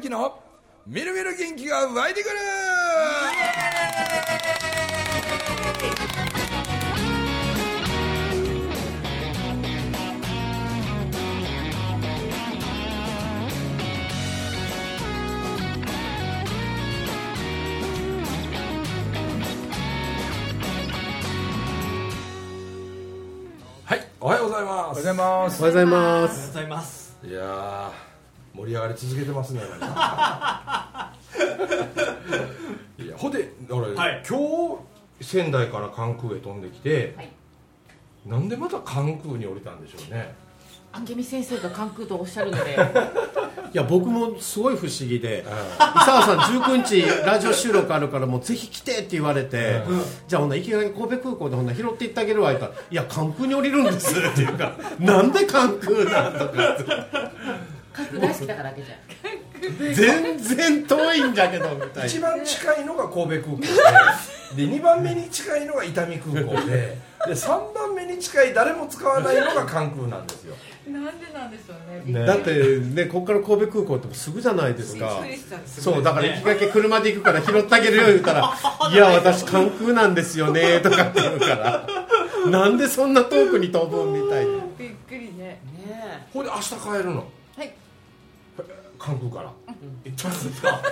きのみるみる元気が湧いてくるはいおはようございまおはようごすざいます。おはようございます。ございますいやー盛り上がり続けてますね いやほであれ、はい今日仙台から関空へ飛んできて、はいなんでまた関空に降りたんでしょうね明美先生が関空とおっしゃるの でいや僕もすごい不思議であ伊沢さん19日ラジオ収録あるからもうぜひ来てって言われて、うんじゃあほんな池上神戸空港でほんな拾って行ってあげるわ言ったらいや関空に降りるんですっていうからなんで関空なんとか関空大好きだからあけちゃん全然遠いんじゃけどみたい一な番近いのが神戸空港 でで2番目に近いのが伊丹空港でで3番目に近い誰も使わないのが関空なんですよなんでなんでしょうねね。だってねここから神戸空港ってもうすぐじゃないですかびっくりしたんですそうだから行きがけ車で行くから拾ってあげるよ言うた ら「いや私関空なんですよね」とかって言うからなんでそんな遠くに飛ぶんみたいな。びっくりね。ねほんで明日帰るのはい関空からえちょっと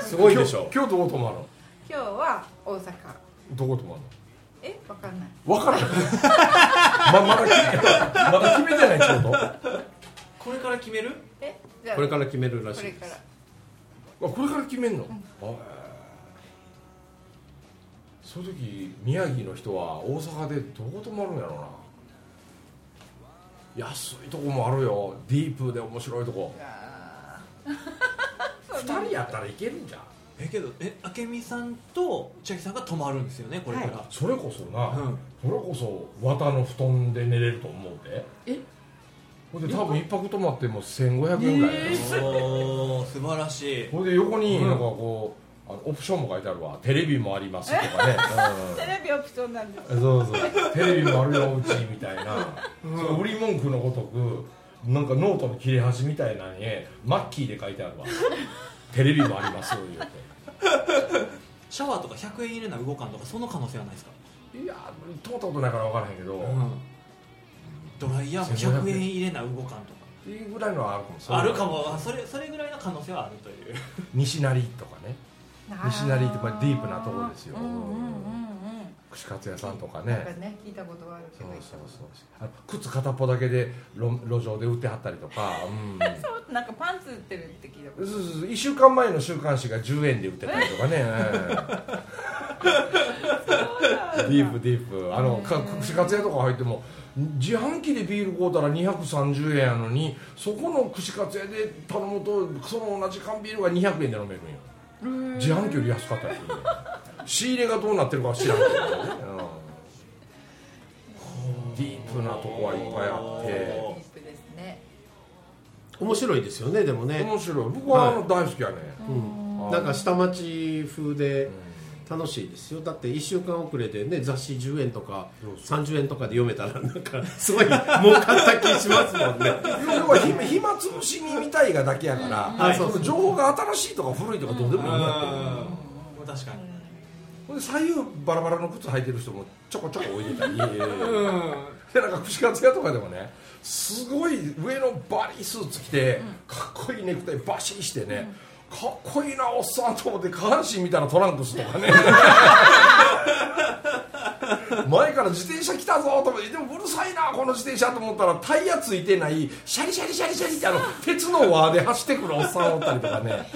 すごいでしょ 今日今日どこ泊まるの今日は大阪。どこ泊まるのえ、わかんない。分 からないままだ決めま だ決めてないちょうどあこれから決めるえ、じゃあこれから決めるらしこいれでからす。これから決めんの、あその時宮城の人は大阪でどこ泊まるんやろうな安いとこもあるよディープで面白いとこ2 人やったらいけるんじゃんえけどえ明美さんと千秋さんが泊まるんですよねこれから、それこそな、うんそれこそ綿の布団で寝れると思うでえほんで多分一泊泊まっても1500円ぐらいやよおー素晴らしいほんで横にうんなんかこう、あのオプションも書いてあるわテレビもありますとかね、テレビオプションなんです。うんそうそうテレビもあるようちみたいな、その売り文句のごとくなんかノートの切れ端みたいなのにマッキーで書いてあるわテレビもありますよ言うてシャワーとか100円入れな動かんとかその可能性はないですか、いや通ったことないから分からへんけど、ドライヤーも100円入れな動かんとかいいぐらいのはあるかもしれないあるかもあそれそれぐらいの可能性はあるという西成とかね西成ってまあディープなとこですようんうんうんうん。串カツ屋さんとかなんかねね、聞いたことはあるけそうど。そうそうあ靴片っぽだけで路路上で売ってはったりとか、うん、 そう、なんかパンツ売ってるって聞いたこそうと。そうそう1週間前の週刊誌が10円で売ってたりとかね、うんディープディープあのか串カツ屋とか入っても自販機でビール買うたら230円やのにそこの串カツ屋で頼むとその同じ缶ビールが200円で飲めるんよ自販機より安かったりするね仕入れがどうなってるかは知らんけどね、うんディープなとこはいっぱいあデおィープですね。面白いですよねでもってね、面白い僕はあの大好きやね、うんはいなんか下町風でうん楽しいですよだって1週間遅れでね雑誌10円とかそうそ30円とかで読めたらなんかすごい儲かった気しますもん ね要は暇暇つぶしに見たいがだけやから、はいその情報が新しいとか古いとかどうでもいいんだって、うん確かにほんで左右バラバラの靴履いてる人もちょこちょこ置いてたりで うんなんか串カツ屋とかでもねすごい上のバリースーツ着てかっこいいネクタイバシーしてね、かっこいいなおっさんと思って下半身見たらトランクスとかね前から自転車来たぞと思ってでもうるさいなこの自転車と思ったらタイヤついてないシャリシャリシャリシャリってあの鉄の輪で走ってくるおっさんおったりとかね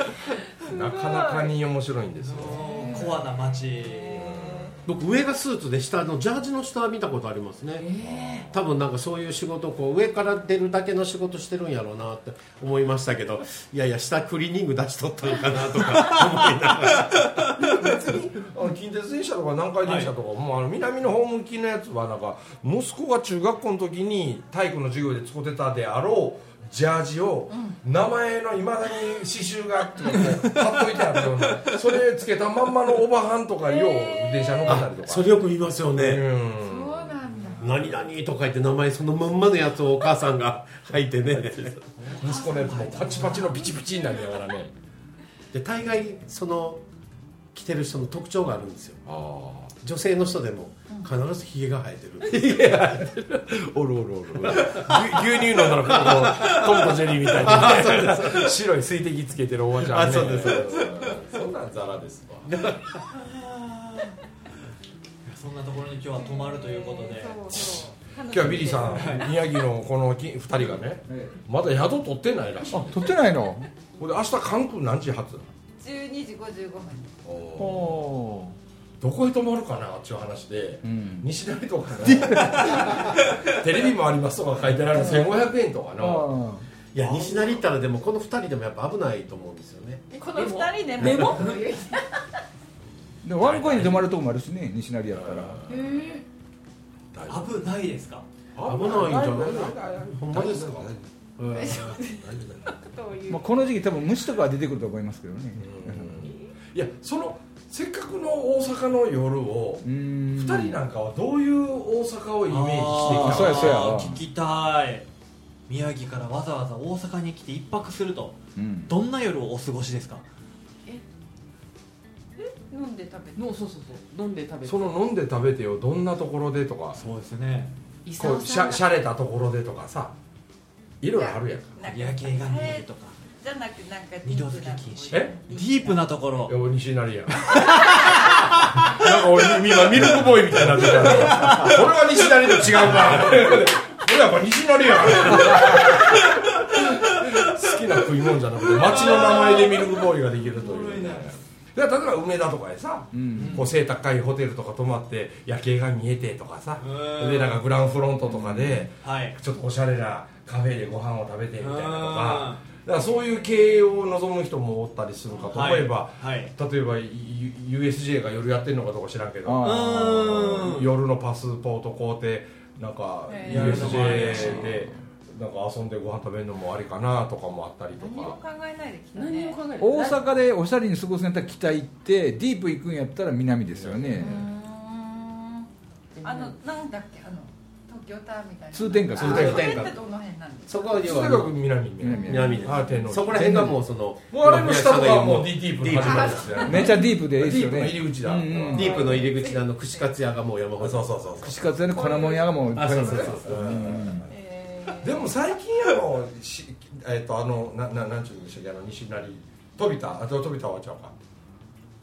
なかなかに面白いんですよコアな街僕上がスーツで下のジャージの下は見たことありますね、多分なんかそういう仕事をこう上から出るだけの仕事してるんやろうなって思いましたけどいやいや下クリーニング出しとったのかなとか別にあの近鉄電車とか南海電車とか、もうあの南の方向きのやつはなんか息子が中学校の時に体育の授業で使ってたであろうジャージを名前のいまだに刺繍が貼っといてあるよう なそれつけたまんまのおばはんとかよう電車乗ってたりとかそれよく見ますよね、うんそうなんだ。何々とか言って名前そのまんまのやつをお母さ んが書いてね息子のやつもパチパチのピチピチになりながらねで大概その着てる人の特徴があるんですよあ女性の人でも必ずひげが生えてる、あおるおるおる 牛牛乳飲んだらここトムとジェリーみたい な、白い水滴つけてるおばちゃん、ね、あそうですそうそんなんザラですわそんなところに今日は泊まるということで、そうそう今日はビリーさん宮城のこのき2人がねまだ宿取ってないらしいあ取ってないのほんで明日関空何時発12時55分どおこへ泊まるかなっていう話でーうん西成とかな テレビもありますとか書いてあるの1500円とかなあいや西成行ったらでもこの2人でもやっぱ危ないと思うんですよねこの二人ねメモーでもワンコインで泊まるとこもあるしね西成やったら大丈危ないですか夫危ないんじゃないほんま大丈夫ですか大丈うんというまあこの時期多分虫とかは出てくると思いますけどね夫いやそのせっかくの大阪の夜をうん2人なんかはどういう大阪をイメージあーしてきそうやそうやあー聞きたい宮城からわざわざ大阪に来て一泊するとうんどんな夜をお過ごしですか飲んで食べてもうそうそうそう飲んで食たべてその飲んで食べてよどんなところでとかそうですね伊こ沢うしゃしさゃんれたところでとかさいろいろあるやんかなんか夜景が見えるとかじゃなくなんか二度付け禁止えディープなところいや俺西成やんなんか俺今ミルクボーイみたいになってたなこれは西成と違うな俺やっぱ西成やん好きな食い物じゃなくて町の名前でミルクボーイができるというねで例えば梅田とかでさ、うんこう背高いホテルとか泊まって夜景が見えてとかさうんでなんかグランフロントとかではいちょっとおしゃれなカフェでご飯を食べてみたいなとかうんだからそういう経営を望む人もおったりするかと思えば、はいはい例えば U- USJ が夜やってるのかどうか知らんけどあーん夜のパスポート買うてなんかへー USJ でなんか遊んでご飯食べるのもありかなとかもあったりと何もか考えないで来たね何を考える大阪でおしゃれに過ごすんやったら北行ってディープ行くんやったら南ですようねーんあのなんだっけあの東京タワーみたいな通天閣あ通天閣それってどの辺なんですかそこはそ要れがは南南南南ですあ天皇そこら辺がもうそのもうあれの下とかはもう DT プデのィー始プまりですよねめっちゃディープでいいですよねディープの入り口だうんうんディープの入り口のあの串カツ屋がもう山ほそうどそうそうそう串カツ屋で粉もん屋がもういっぱあいそうそうそうそううんえーでも最近あのしえっとあのなななんちゅうんでしたっけあの西成飛田あと飛田はちゃうか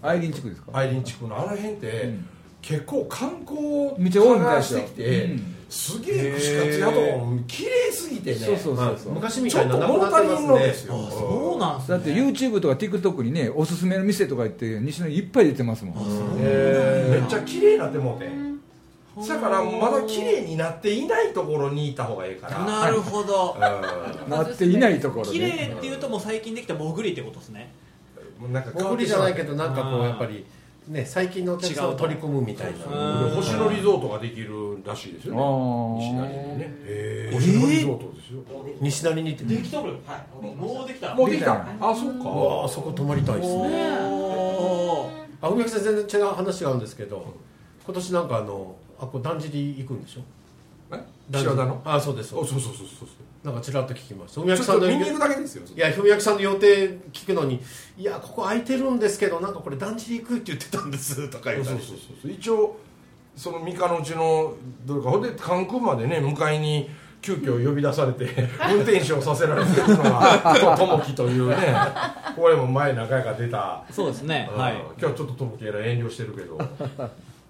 アイリン地区ですかアイリン地区のあの辺って、うん結構観光めっちゃ多いみたいですしよてきて、うんすげえ串カツ屋とかも綺麗すぎてねそうそうまそあうそう昔みちたょいっなとなく物なっ足てまりんのですすねよあそうなんすだねって YouTube とか TikTok にねおすすめの店とか言って西のいっぱい出てますもんうんへーめっちゃ綺麗になってもうてだからまだ綺麗になっていないところにいた方がいいからなるほどうなっていないところで綺麗っていうともう最近できた潜りってことですねんなんか小りじゃないけどどなんかこうやっぱりね最近のお客さんを取り込むみたいなうん星野リゾートができるらしいですよあね西成にーね星野リゾートですよ西成に行ってできとるはいもうできたもおうできたできあそううわあかそこ泊まりたいですねおーあ梅木さん全然違う話があるんですけど今年なんかあのあこうだんじり行くんでしょえ白田のあそうですそうそうそうそうそうなんかちらっと聞きました梅木ちさょっんとの見に行くだけですよいや、ひょみやきさんの予定聞くのに、いや、ここ空いてるんですけど、なんかこれ、だんじり行くって言ってたんですとかそ言うっそたうりそうしてそう一応その三日のうちのどれかほんで関空までね迎えに急遽呼び出されて運転手をさせられてるのがともきというねこれも前何回か出た、そうですねうんはい今日ちょっとともきえらい遠慮してるけど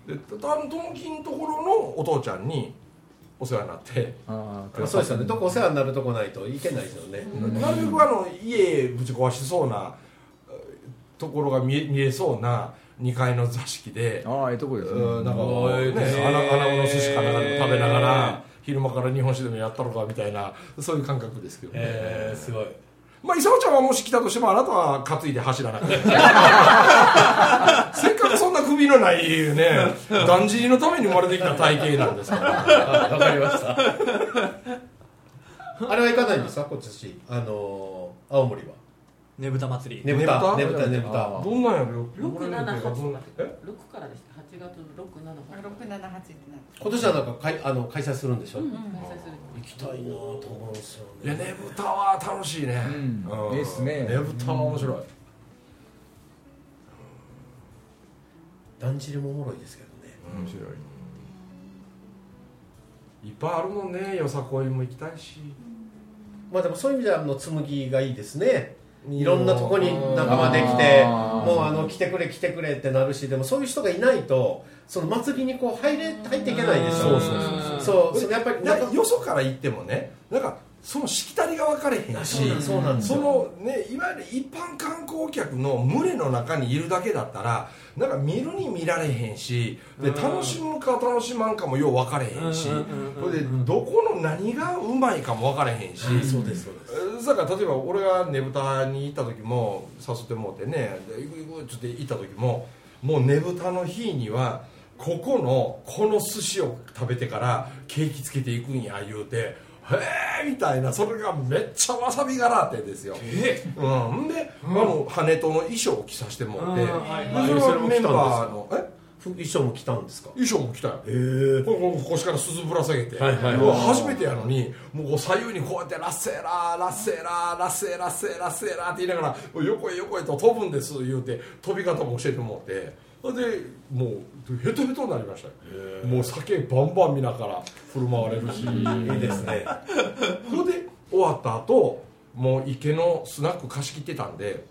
でたあのともきのところのお父ちゃんにお世話になってあまあそうですよね、どこお世話になるとこないといけないですよね。なるべくあの家ぶち壊しそうなえーところが見え見えそうな2階の座敷でーあーええとこですねうんなんかおーねへー穴穴子の寿司かなんか食べながら昼間から日本酒でもやったのかみたいなそういう感覚ですけどね、えー、すごい。まあ功ちゃんはもし来たとしてもあなたは担いで走らなく てせっかくそんな首のないねだんじりのために生まれてきた体型なんですからわかりました。あれは行かないんですか、今年、あのー、青森は。ねぶた祭りねぶねぶたた、ねぶた、ねぶあたー。 どんなんやろ六七八え六からでした八月の六七678八ってなって今年はなんか、かい、あの、開催するんでしょう行ん開催するきたいなぁと思うんですよいやねぶたは楽しいね、うんいいっすねねぶたは面白い、だんじりもおもろいですけどね面白いいっぱいあるもんねよさこいも行きたいしまあでもそういう意味ではあの紬がいいですねいろんなとこに仲間できてあーもうあの来てくれ来てくれってなるしでもそういう人がいないとその祭りにこう入れ入っていけないでしょそうそうそうそうそうそれやっぱりななんんかかよそから行ってもねなんかそのしきたりが分かれへんしそうなんそうなんですそよのねいわゆる一般観光客の群れの中にいるだけだったらなんか見るに見られへんしでうん楽しむか楽しまんかもよう分かれへんしうんうんうんこれでどこの何がうまいかも分かれへんしそうですそうですえだから例えば俺がねぶたに行った時も誘ってもうてね「で行く行く」っつって行った時ももうねぶたの日にはここのこの寿司を食べてからケーキつけていくんや言うて「へえ」みたいなそれがめっちゃわさび柄ってですよ、えうん、んで、あの羽との衣装を着させてもらって、うんはいではいそれはそれもメ着たんですンかバーのえ衣装も来たんですか衣装も着たよええここ腰から鈴ぶら下げて、はいはいはいもう初めてやのにもうこう左右にこうやってラッセーラーラッセーラーラッセーラッセーラッセーラーって言いながらもう横へ横へと飛ぶんです言うて飛び方も教えてもらってそれでもうヘトヘトになりましたよもう酒バンバン見ながら振る舞われるしいいです ねそれで終わった後もう池のスナック貸し切ってたんで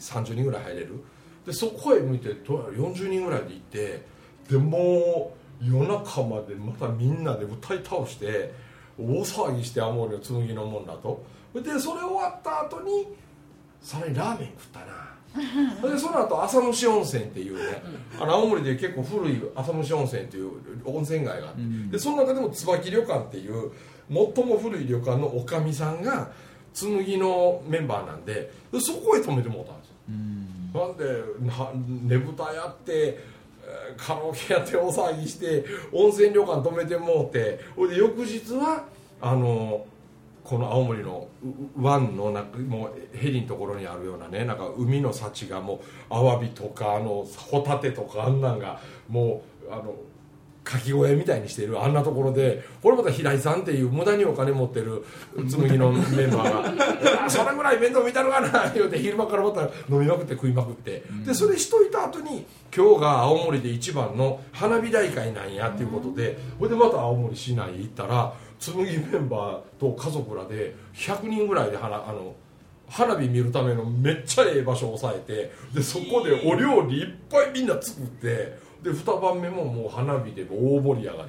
30人ぐらい入れるでそこへ向いてどうやら40人ぐらいで行ってでもう夜中までまたみんなで歌い倒して大騒ぎして青森の紬のもんだとでそれ終わった後にさらにラーメン食ったなでその後浅虫温泉っていうねあの青森で結構古い浅虫温泉っていう温泉街があって、うんでその中でも椿旅館っていう最も古い旅館のおかみさんが紬のメンバーなんででそこへ泊めてもらったんですようんなんでなねぶたやってえーカラオケやって大騒ぎして温泉旅館泊めてもうてほいで翌日はあのこの青森のう湾のなんかもうヘリのところにあるようなねなんか海の幸がもうアワビとかあのホタテとかあんなんがもうあのかき小屋みたいにしているあんなところでこれまた平井さんっていう無駄にお金持ってる紬のメンバーが あ「それぐらい面倒見たのかな」言うて昼間からまた飲みまくって食いまくってでそれしといた後に今日が青森で一番の花火大会なんやっていうことでそれでまた青森市内行ったら紬メンバーと家族らで100人ぐらいで花あの。花火見るためのめっちゃええ場所を押さえてでそこでお料理いっぱいみんな作ってで2晩目ももう花火で大盛り上がり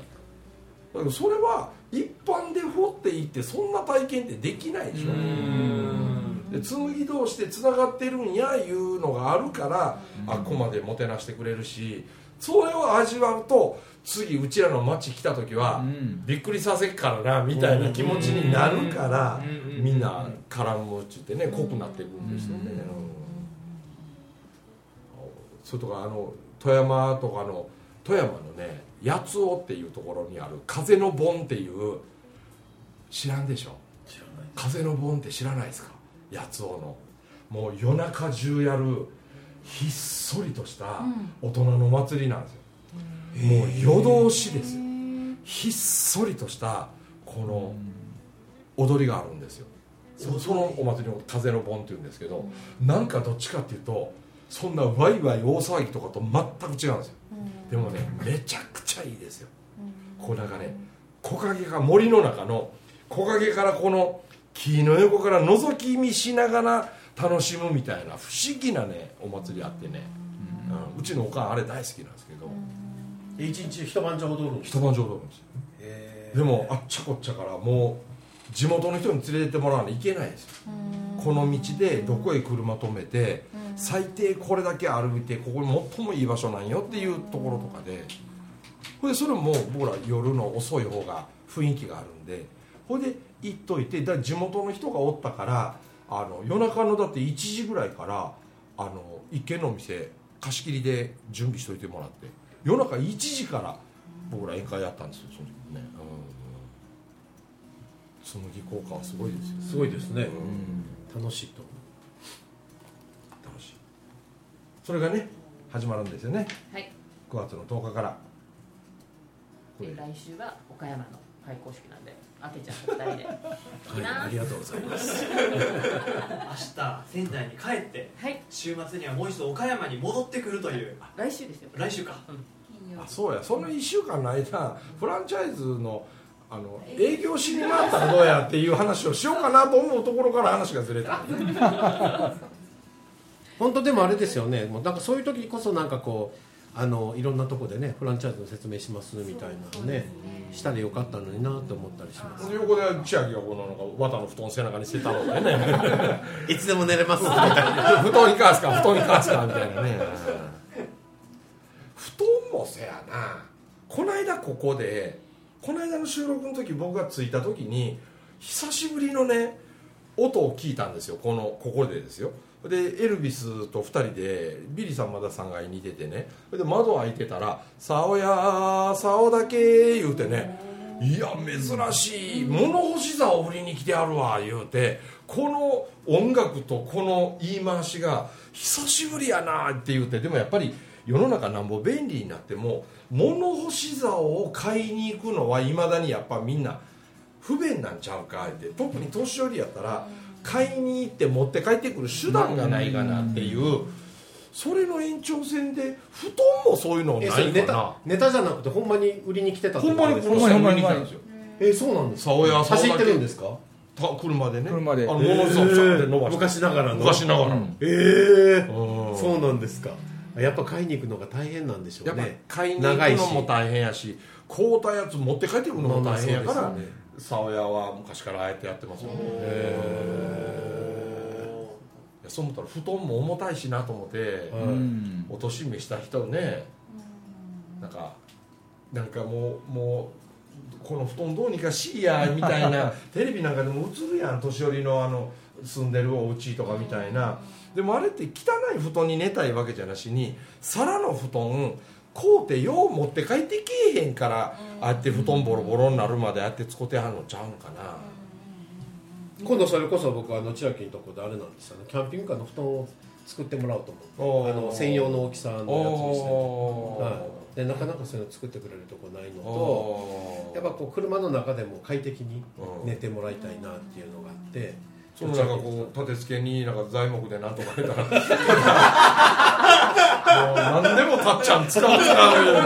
だからそれは一般で掘っていってそんな体験ってできないでしょで紬同士でつながってるんやいうのがあるから、あっこまでもてなしてくれるしそれを味わうと次うちらの町来た時は、うんびっくりさせっからなみたいな気持ちになるから、うんみんな絡むっちゅってね濃くなってくるんですよね、うんうんそれとかあの富山とかの富山のね八尾っていうところにある風の盆っていう知らんでしょ知らない風の盆って知らないですか八尾のもう夜中中やるひっそりとした大人の祭りなんですよ、もう夜通しですよひっそりとしたこの踊りがあるんですよそそのお祭りの風の盆っていうんですけどなんかどっちかっていうとそんなワイワイ大騒ぎとかと全く違うんですよでもねめちゃくちゃいいですよこうなんかね木陰が森の中の木陰からこの木の横から覗き見しながら楽しむみたいな不思議なねお祭りあってね、うんうちのおかんあれ大好きなんですけど、一日一晩じゃ踊るんです一晩上踊るんですよへでもあっちゃこっちゃからもう地元の人に連れてってもらわないといけないですよこの道でどこへ車止めて最低これだけ歩いてここ最もいい場所なんよっていうところとかでほいでそれも僕ら夜の遅い方が雰囲気があるんでほいで行っといてだから地元の人がおったからあの夜中のだって1時ぐらいからあの池の店貸し切りで準備しといてもらって夜中1時から僕ら宴会やったんですよその時ね、うんうん、紬効果はすごいですよすごいですね楽しいと楽しいそれがね始まるんですよねはい9月の10日からこれで来週は岡山の開校式なんで開けちゃった2人ではい、ありがとうございます明日仙台に帰ってはい週末にはもう一度岡山に戻ってくるという来週ですよ来週か金曜あ日そうやその1週間の間フランチャイズのあの営業しになったらどうやっていう話をしようかなと思うところから話がずれ た本当でもあれですよねもうなんかそういう時こそなんかこうあのいろんなとこでねフランチャイズの説明しますみたいなのねしたらよかったのになと思ったりします横で千秋がこのなんか綿の布団背中にしてたのでねいつでも寝れますみたいな 布団いかわすか布団いかわすかみたいなね布団もせやなこないだここでこないだの収録の時僕が着いた時に久しぶりのね音を聞いたんですよこのここでですよでエルビスと2人でビリーさんまださんが似ててねで窓開いてたら「さおやさおだけ」言うてねいや珍しい物干し竿を売りに来てあるわ言うてこの音楽とこの言い回しが久しぶりやなって言うてでもやっぱり世の中なんぼ便利になっても物干し竿を買いに行くのはいまだにやっぱみんな不便なんちゃうかって特に年寄りやったら買いに行って持って帰ってくる手段がないかなっていうそれの延長線で布団もそういうのえなそれいネかタなネタじゃなくてほんまに売りに来てたってほんまにこほんのまに人ほんまにに来たんですよえそうなんですか竿や竿走っだてけるんですかた車でね車であの物差しで伸ばして昔ながらの昔ながらうのんええうんそうなんですかやっぱ買いに行くのが大変なんでしょやうっぱね買いに行くのも大変やし買うたやつ持って帰ってくるのも大変やかまあらまあそうですよね竿屋は昔からああやってやってますもんねいやそう思ったら布団も重たいしなと思ってはいうんお年めした人ねなんかなんかもうもうこの布団どうにかしいやみたい なテレビなんかでも映るやん年寄りのあの住んでるお家とかみたいなでもあれって汚い布団に寝たいわけじゃなしに皿の布団こうてよう持って帰ってけえへんからああやって布団ボロボロになるまでああやって使ってはんのちゃうんかな今度それこそ僕あの千秋のとこであれなんですよねキャンピングカーの布団を作ってもらおうと思ってあおのー専用の大きさのやつにして、おーはい、でなかなかそういうの作ってくれるとこないのとおーやっぱこう車の中でも快適にうん寝てもらいたいなっていうのがあってそのなんか こう立て付けになんか材木でなんとか入れたらもう何でもたっちゃん使う使うよね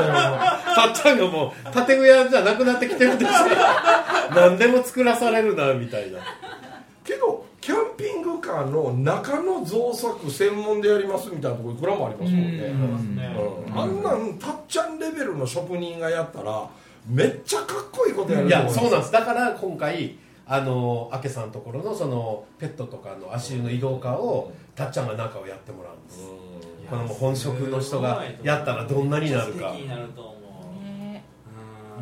たっちゃんがもう建具屋じゃなくなってきてるん ですよ何でも作らされるなみたいな けどキャンピングカーの中の造作専門でやりますみたいなところいくらもありますもんねうんうんあんなんたっちゃんレベルの職人がやったらめっちゃかっこいいことやるいと思やますそうなんですだから今回あの明さんのところのそのペットとかの足湯の移動化をたっちゃんが中をやってもらうんですうこのもう本職の人がやったらどんなになるか素敵になると思うね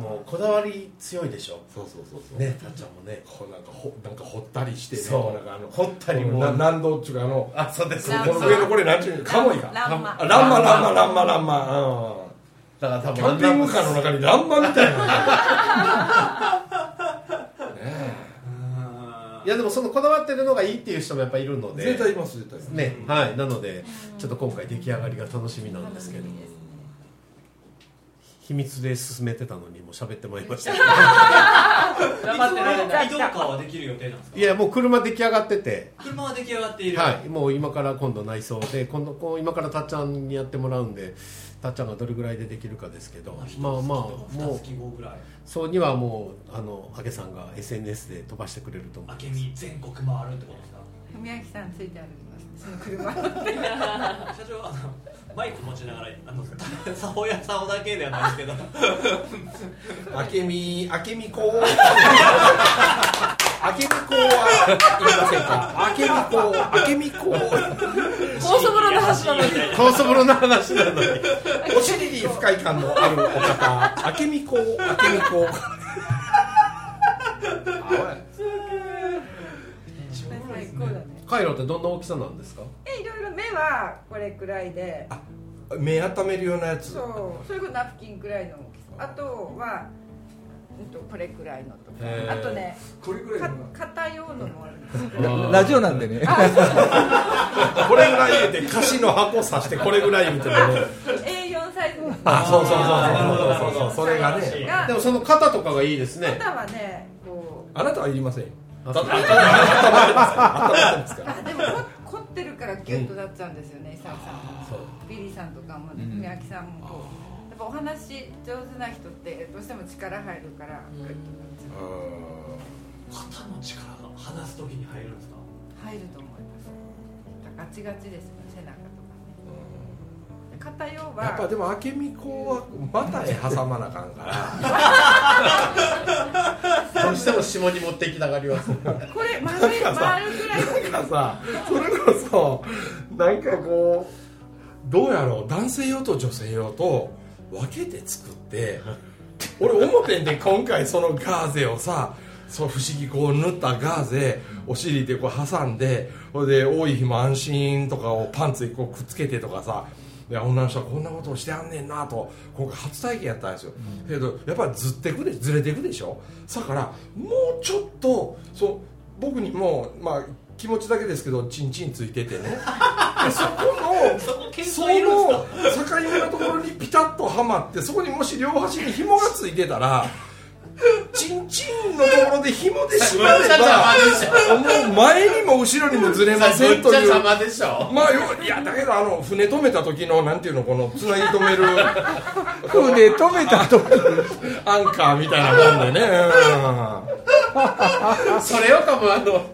うんもうこだわり強いでしょんそうそうそうそうねたっちゃんもねこうなんかほなんか掘ったりしてねそうなんかあのほったりもな何度っちゅうかあのあそうですこそうラでンすの上のこれ何ちゅうのカモイかランマあランマランマランマランマ、うんだから多分キャンピングカーの中にランマみたい なうんいやでもそのこだわってるのがいいっていう人もやっぱいるので絶対います絶対いますねはいなのでちょっと今回出来上がりが楽しみなんですけど秘密で進めてたのにもう喋ってまいりました頑張ってられない移動カーはできる予定なんですかいやもう車出来上がってて車は出来上がっているはいもう今から今度内装で今度こう今からたっちゃんにやってもらうんでたっちゃんがどれぐらいでできるかですけどまあまあも2う月後ぐらいそうにはもうあのあげさんが SNS で飛ばしてくれると思う明美全国回るってことですか文明さんついて歩きますその車社長あのマイク持ちながらあのさおやさおだけではないですけどあけみあ けみこうあけみこうはいりませんかあけみこうあけみこう 高速路の端な のに高速の話なのにお尻に不快感のあるお 方あけみこうあけみこうあおい最高だねカイロってどんな大きさなんですかえいろいろ目はこれくらいで目温めるようなやつそうそれこそナプキンくらいの大きさあとは、うん、とこれくらいのとかへーあとねこれぐか硬いようのもあるんですよララジオなんでね これぐらい入れて菓子の箱さしてこれぐらいみたいな A4 サイズのあそうそうあそーうそうそうそうそれなるほがねど素晴らしいがでもその肩とかがいいですね肩はねこうあなたはいりませんよあだって頭頭ですからあでもこ凝ってるからギュッとなっちゃうんですよね伊沢さんもそうビリーさんとかもん文明さんもこうやっぱお話上手な人ってどうしても力入るからうギんュッとなっちゃ肩の力が離すときに入るんですかう入ると思いますだからガチガチですよ背中とかね肩用やっぱはでも明美子は股へ挟まなあかんからどうしても下に持っていきたがりますこれ丸いなんかさ丸くらいなんかさそれこそなんかこうどうやろう男性用と女性用と分けて作って俺表で今回そのガーゼをさそう不思議こう縫ったガーゼお尻でこう挟んでほいで多い日も安心とかをパンツにこうくっつけてとかさいや女の人はこんなことをしてあんねんなと今回初体験やったんですよ、けどやっぱりずってくでずれてくでしょだからもうちょっとそう僕にもまあ気持ちだけですけどチンチンついててねそこのそこ検そ討のいるんですか境目のところにピタッとはまってそこにもし両端に紐がついてたらチンチンのところで紐で縛ればもう前にも後ろにもずれませんという様でしょまあよいやだけどあの船止めた時のなんていうのこのつなぎ止めるで止めた後アンカーみたいなもんでねうんそれよかもあの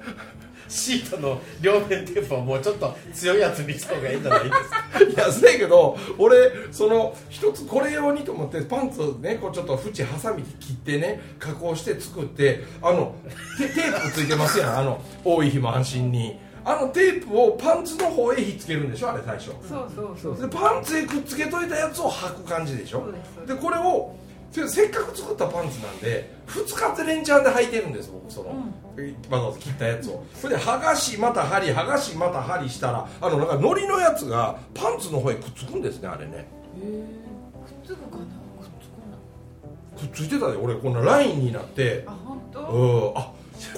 シートの両面テープはもうちょっと強いやつにした方がいいんじゃないですかいやせやけど俺その一つこれ用にと思ってパンツをねこうちょっと縁ハサミで切ってね加工して作ってあのテテープついてますやんあの多い日も安心にあのテープをパンツの方へひっつけるんでしょあれ最初そうそうそうでパンツへくっつけといたやつを履く感じでしょそうですそうでですこれをせせっかく作ったパンツなんで2日で連チャンで履いてるんです僕その、わざわざ切ったやつをそれで剥がしまた針剥がしまた針したらあのなんかのりのやつがパンツの方へくっつくんですねあれねくっつくかなくっつかないくっついてたで俺こんなラインになってあ本当うんあ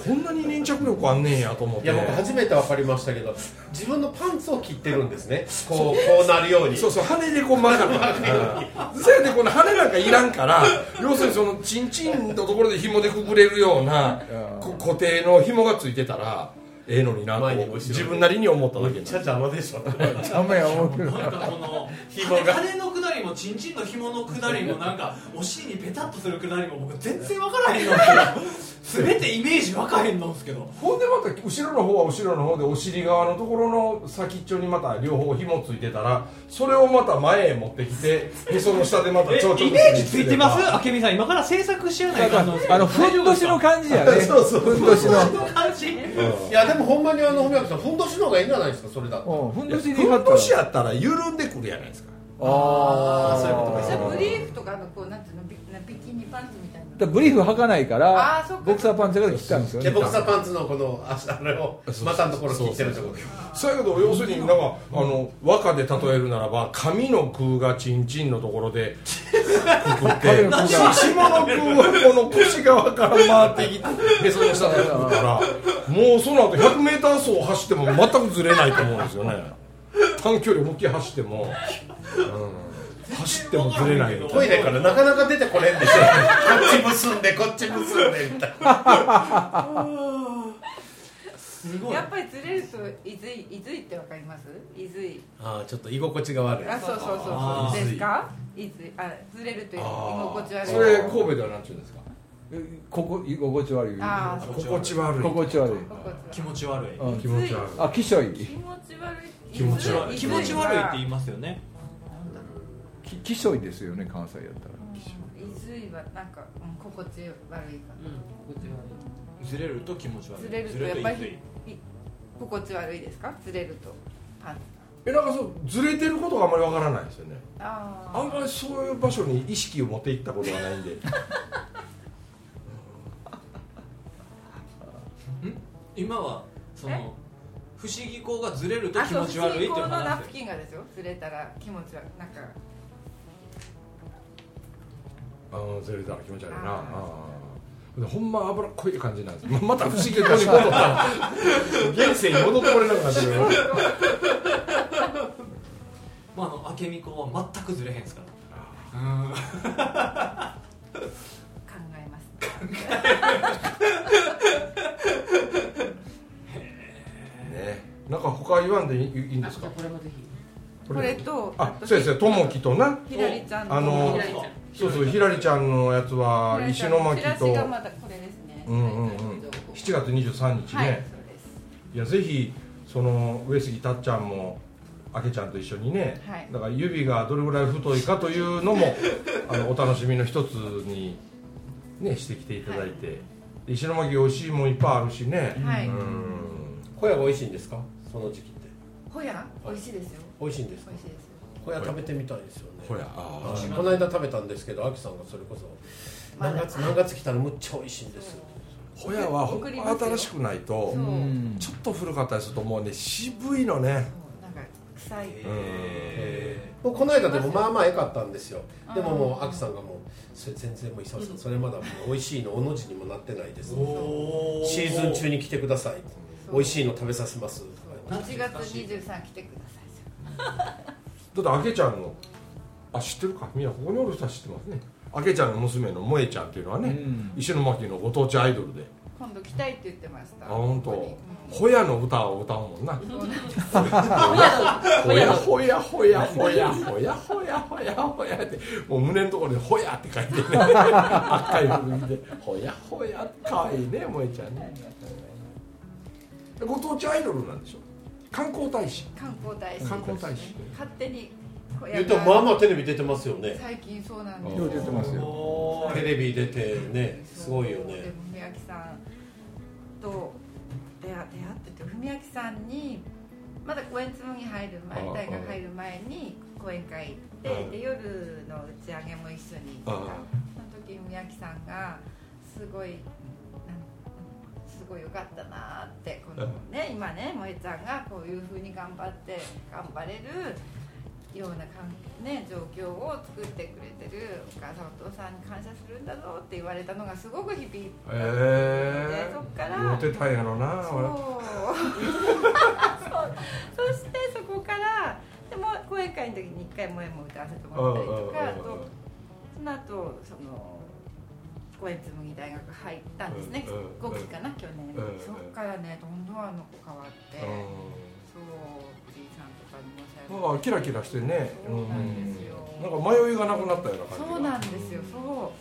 こんなに粘着力あんねんやと思っいてや僕初めて分かりましたけど自分のパンツを切ってるんですねこうこうなるようにそうそう羽でこう曲がるからそやでこの羽なんかいらんから要するにそのチンチンのところで紐でくくれるようなこ固定の紐がついてたらええのにな前に後とろに自分なりに思っただめけっちゃな邪魔でしょダメや思うけどなんかこの紐が羽のくだりもちんちんの紐のくだりもなんかお尻にペタッとするくだりも僕全然分からへんのですけど全てイメージ分かへんのですけどほんでまた後ろの方は後ろの方でお尻側のところの先っちょにまた両方紐ついてたらそれをまた前へ持ってきてへその下でまたえちょうちょイメージついてますあけみさん今から制作しやないかあのふんどしの感じやねそうそうそう ふんどしの感じいやでもほんまにあの文明さんふんどしの方がいいんじゃないですかそれだとうんふんいやどしにふ貼んったどらしやったら緩んでくるやないですかああそういうことかそれブだリーフとかのこうなんていうのビビキニパンツみたいからブリーフ履かないかあらーそっかボクサーパンツから切ったんですよでねボクサーパンツのこの足あれを股のところ切ってるところそうやけど要するになんかあの和歌で例えるならば髪の空がチンチンのところでくくっ髪ての空がし下の空はこの腰側から回ってきてへその下でくくからもうその後 100m 走走っても全くずれないと思うんですよね短距離思いっきり走っても、うん、走ってもずれないみたいトイレからなかなか出てこれんでしょこっち結んでこっち結んでみたいなすごないやっぱりずれるといずいいずいってわかりますいずいあーちょっと居心地が悪いあそうそうあそうーそうですかいずいあずれるという居あ心地ー悪いそれ神戸では何て言うんですかここ居心地悪いあー心地悪い心地悪い心地気持ち悪いうん気持ち悪いあきしょい気持ち悪い気持ち悪い気持ち悪いって言いいますよねききしょいですよね関西やったらいずいはなんか、うん、心地悪いかうん心地悪ずれると気持ち悪いずれるとやっぱずれりい心地悪いですかずれるとパンツえなんかそうずれてることがあんまりわからないですよねああんまりそういう場所に意識を持っていったことがないん で今はそえの不思議校がずれるとあ気持ち悪いっていうそう不思議のナ話プキンがですよずれたら気持ち悪いなんかあーずれたら気持ち悪いなああーでほんま油っこい感じなんですままた不思議なに戻ったら 現世に戻ってこれなくなってくるまああの明美子は全くずれへんすからうん考えますねなんか他言わんでいいいいんですかあじゃあこれもぜひここれとあそうですねともきとなひらりちゃんあのひらりちゃんそうそうひらりちゃんのやつは石巻チラシとがまだこれですねうんうんうん7月23日ね、はいいそう、ですやぜひその上杉たっちゃんもあけちゃんと一緒にね、はいだから指がどれぐらい太いかというの もあのお楽しみの一つにねしてきていただいて、で石巻美味しいもんいっぱいあるしね、はいうん小屋が美味しいんですかその時期ってほや美味しいですよ美味しいんですか美味しいですよ小屋食べてみたいですよねほやはあいこの間食べたんですけど、あきさんがそれこそ何月何月来たらむっちゃ美味しいんですよ。ほやはほん送りまますよ新しくないとそううんちょっと古かったりするともうね渋いのねそうなんか臭いへもうこの間でもまあまあ良かったんですよ。でももうあきさんがもうそれ全然もう伊沢さんそれまだもう美味しいのおの字にもなってないです。おシーズン中に来てください。そう美味しいの食べさせます。 1月23来てくださいだってあけちゃんのあ知ってるかみんなここにおる人は知ってますねあけちゃんの娘の萌えちゃんっていうのはね、うん石巻のご当地アイドルで今度来たいって言ってましたあ本当ここホヤの歌を歌うもんなにうんそうなんです ホヤホヤホヤホヤホヤホヤホヤホヤってもう胸のところに「ホヤ」って書いてね赤い古着で「ホヤホヤ」かわいいね萌えちゃんねでご当地アイドルなんでしょ観光大使観光大使観光大使勝手に小屋が言ってもまあまあテレビ出てますよね。最近そうなんですよう出てますよおテレビ出てね、すごいよでねも。文明さんと出会出会ってて文明さんにまだ公演紬入る前ああ大学入る前に講演会行ってで夜の打ち上げも一緒に行ってたあその時文明さんがすごいなんすごいよかったなーってこのね今ね萌ちゃんがこういうふうに頑張って頑張れるようなかん、ね、状況を作ってくれてるお母さんお父さんに感謝するんだぞって言われたのがすごく響いて、えそっかえらー、モテたんやろなそう俺 そうそしてそこからでも講演会の時に一回萌えも歌わせてもらったりとかあとその後その公園紬大学入ったんですねうんうん5期かな去年うんうんそっからねどんどんあの子変わってそうおじいさんとかにもさなんかキラキラしてねそうなんですようんなんか迷いがなくなったような感じがそうなんですよそ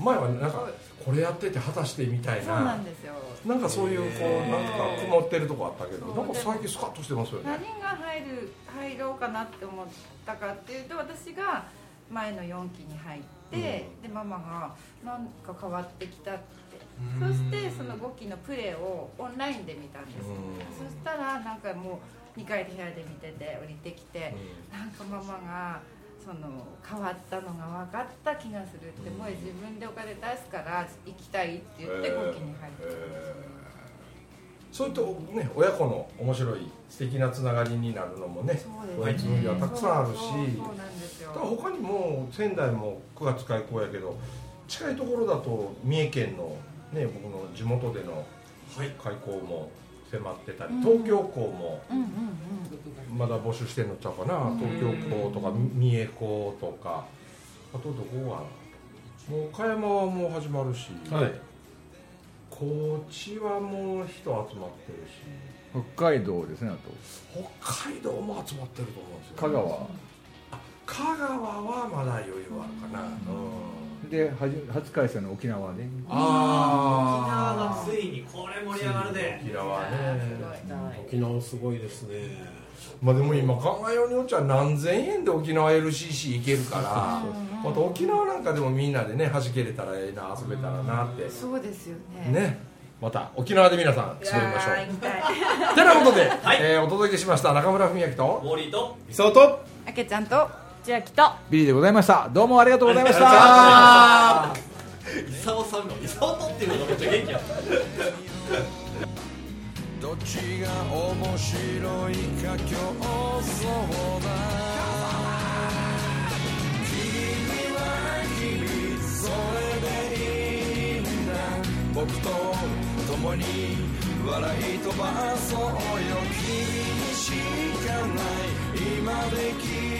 う前はなんかこれやってて果たしてみたいそうななんですよなんかそういうこうなんか曇ってるとこあったけどそうなんか最近スカッとしてますよね何が入る入ろうかなって思ったかっていうと私が前の4期に入って、でママがなんか変わってきたってそしてその5期のプレーをオンラインで見たんですよそしたらなんかもう2階で部屋で見てて降りてきてなんかママがその変わったのが分かった気がするって、うんもう自分でお金出すから行きたいって言って5期に入って、そういったね親子の面白い素敵なつながりになるのもねそうですねうんたくさんあるしそうそうなんですよただ他にも仙台も9月開校やけど近いところだと三重県のね僕の地元でのはい開校も迫ってたり、うん東京校もうんうんうんまだ募集してんのちゃうかな、うん東京校とか三重校とかあとどこがもう岡山はもう始まるし、はい。高知はもう人集まってるし北海道ですねあと北海道も集まってると思うんですよ香川香川はまだ余裕あるかな、うんではじ初開催の沖縄であ沖縄がついにこれ盛り上がるで沖縄ね沖縄すごいですね。まあでも今考えようによっちゃ何千円で沖縄 LCC 行けるからまた沖縄なんかでもみんなでね弾けれたらええな遊べたらなってそうですよねねまた沖縄で皆さんい集いやましょーう行きたいてなことで、いえーお届けしました中村文明と森 と伊沢とあけちゃんとじゃあ来たビリーでございましたどうもありがとうございました伊沢さんが伊沢とっていうのがめっちゃ元気やったどっちが面白いか競争だ君は君それでいいんだ僕と共に笑い飛ばそうよ君にしかない今できる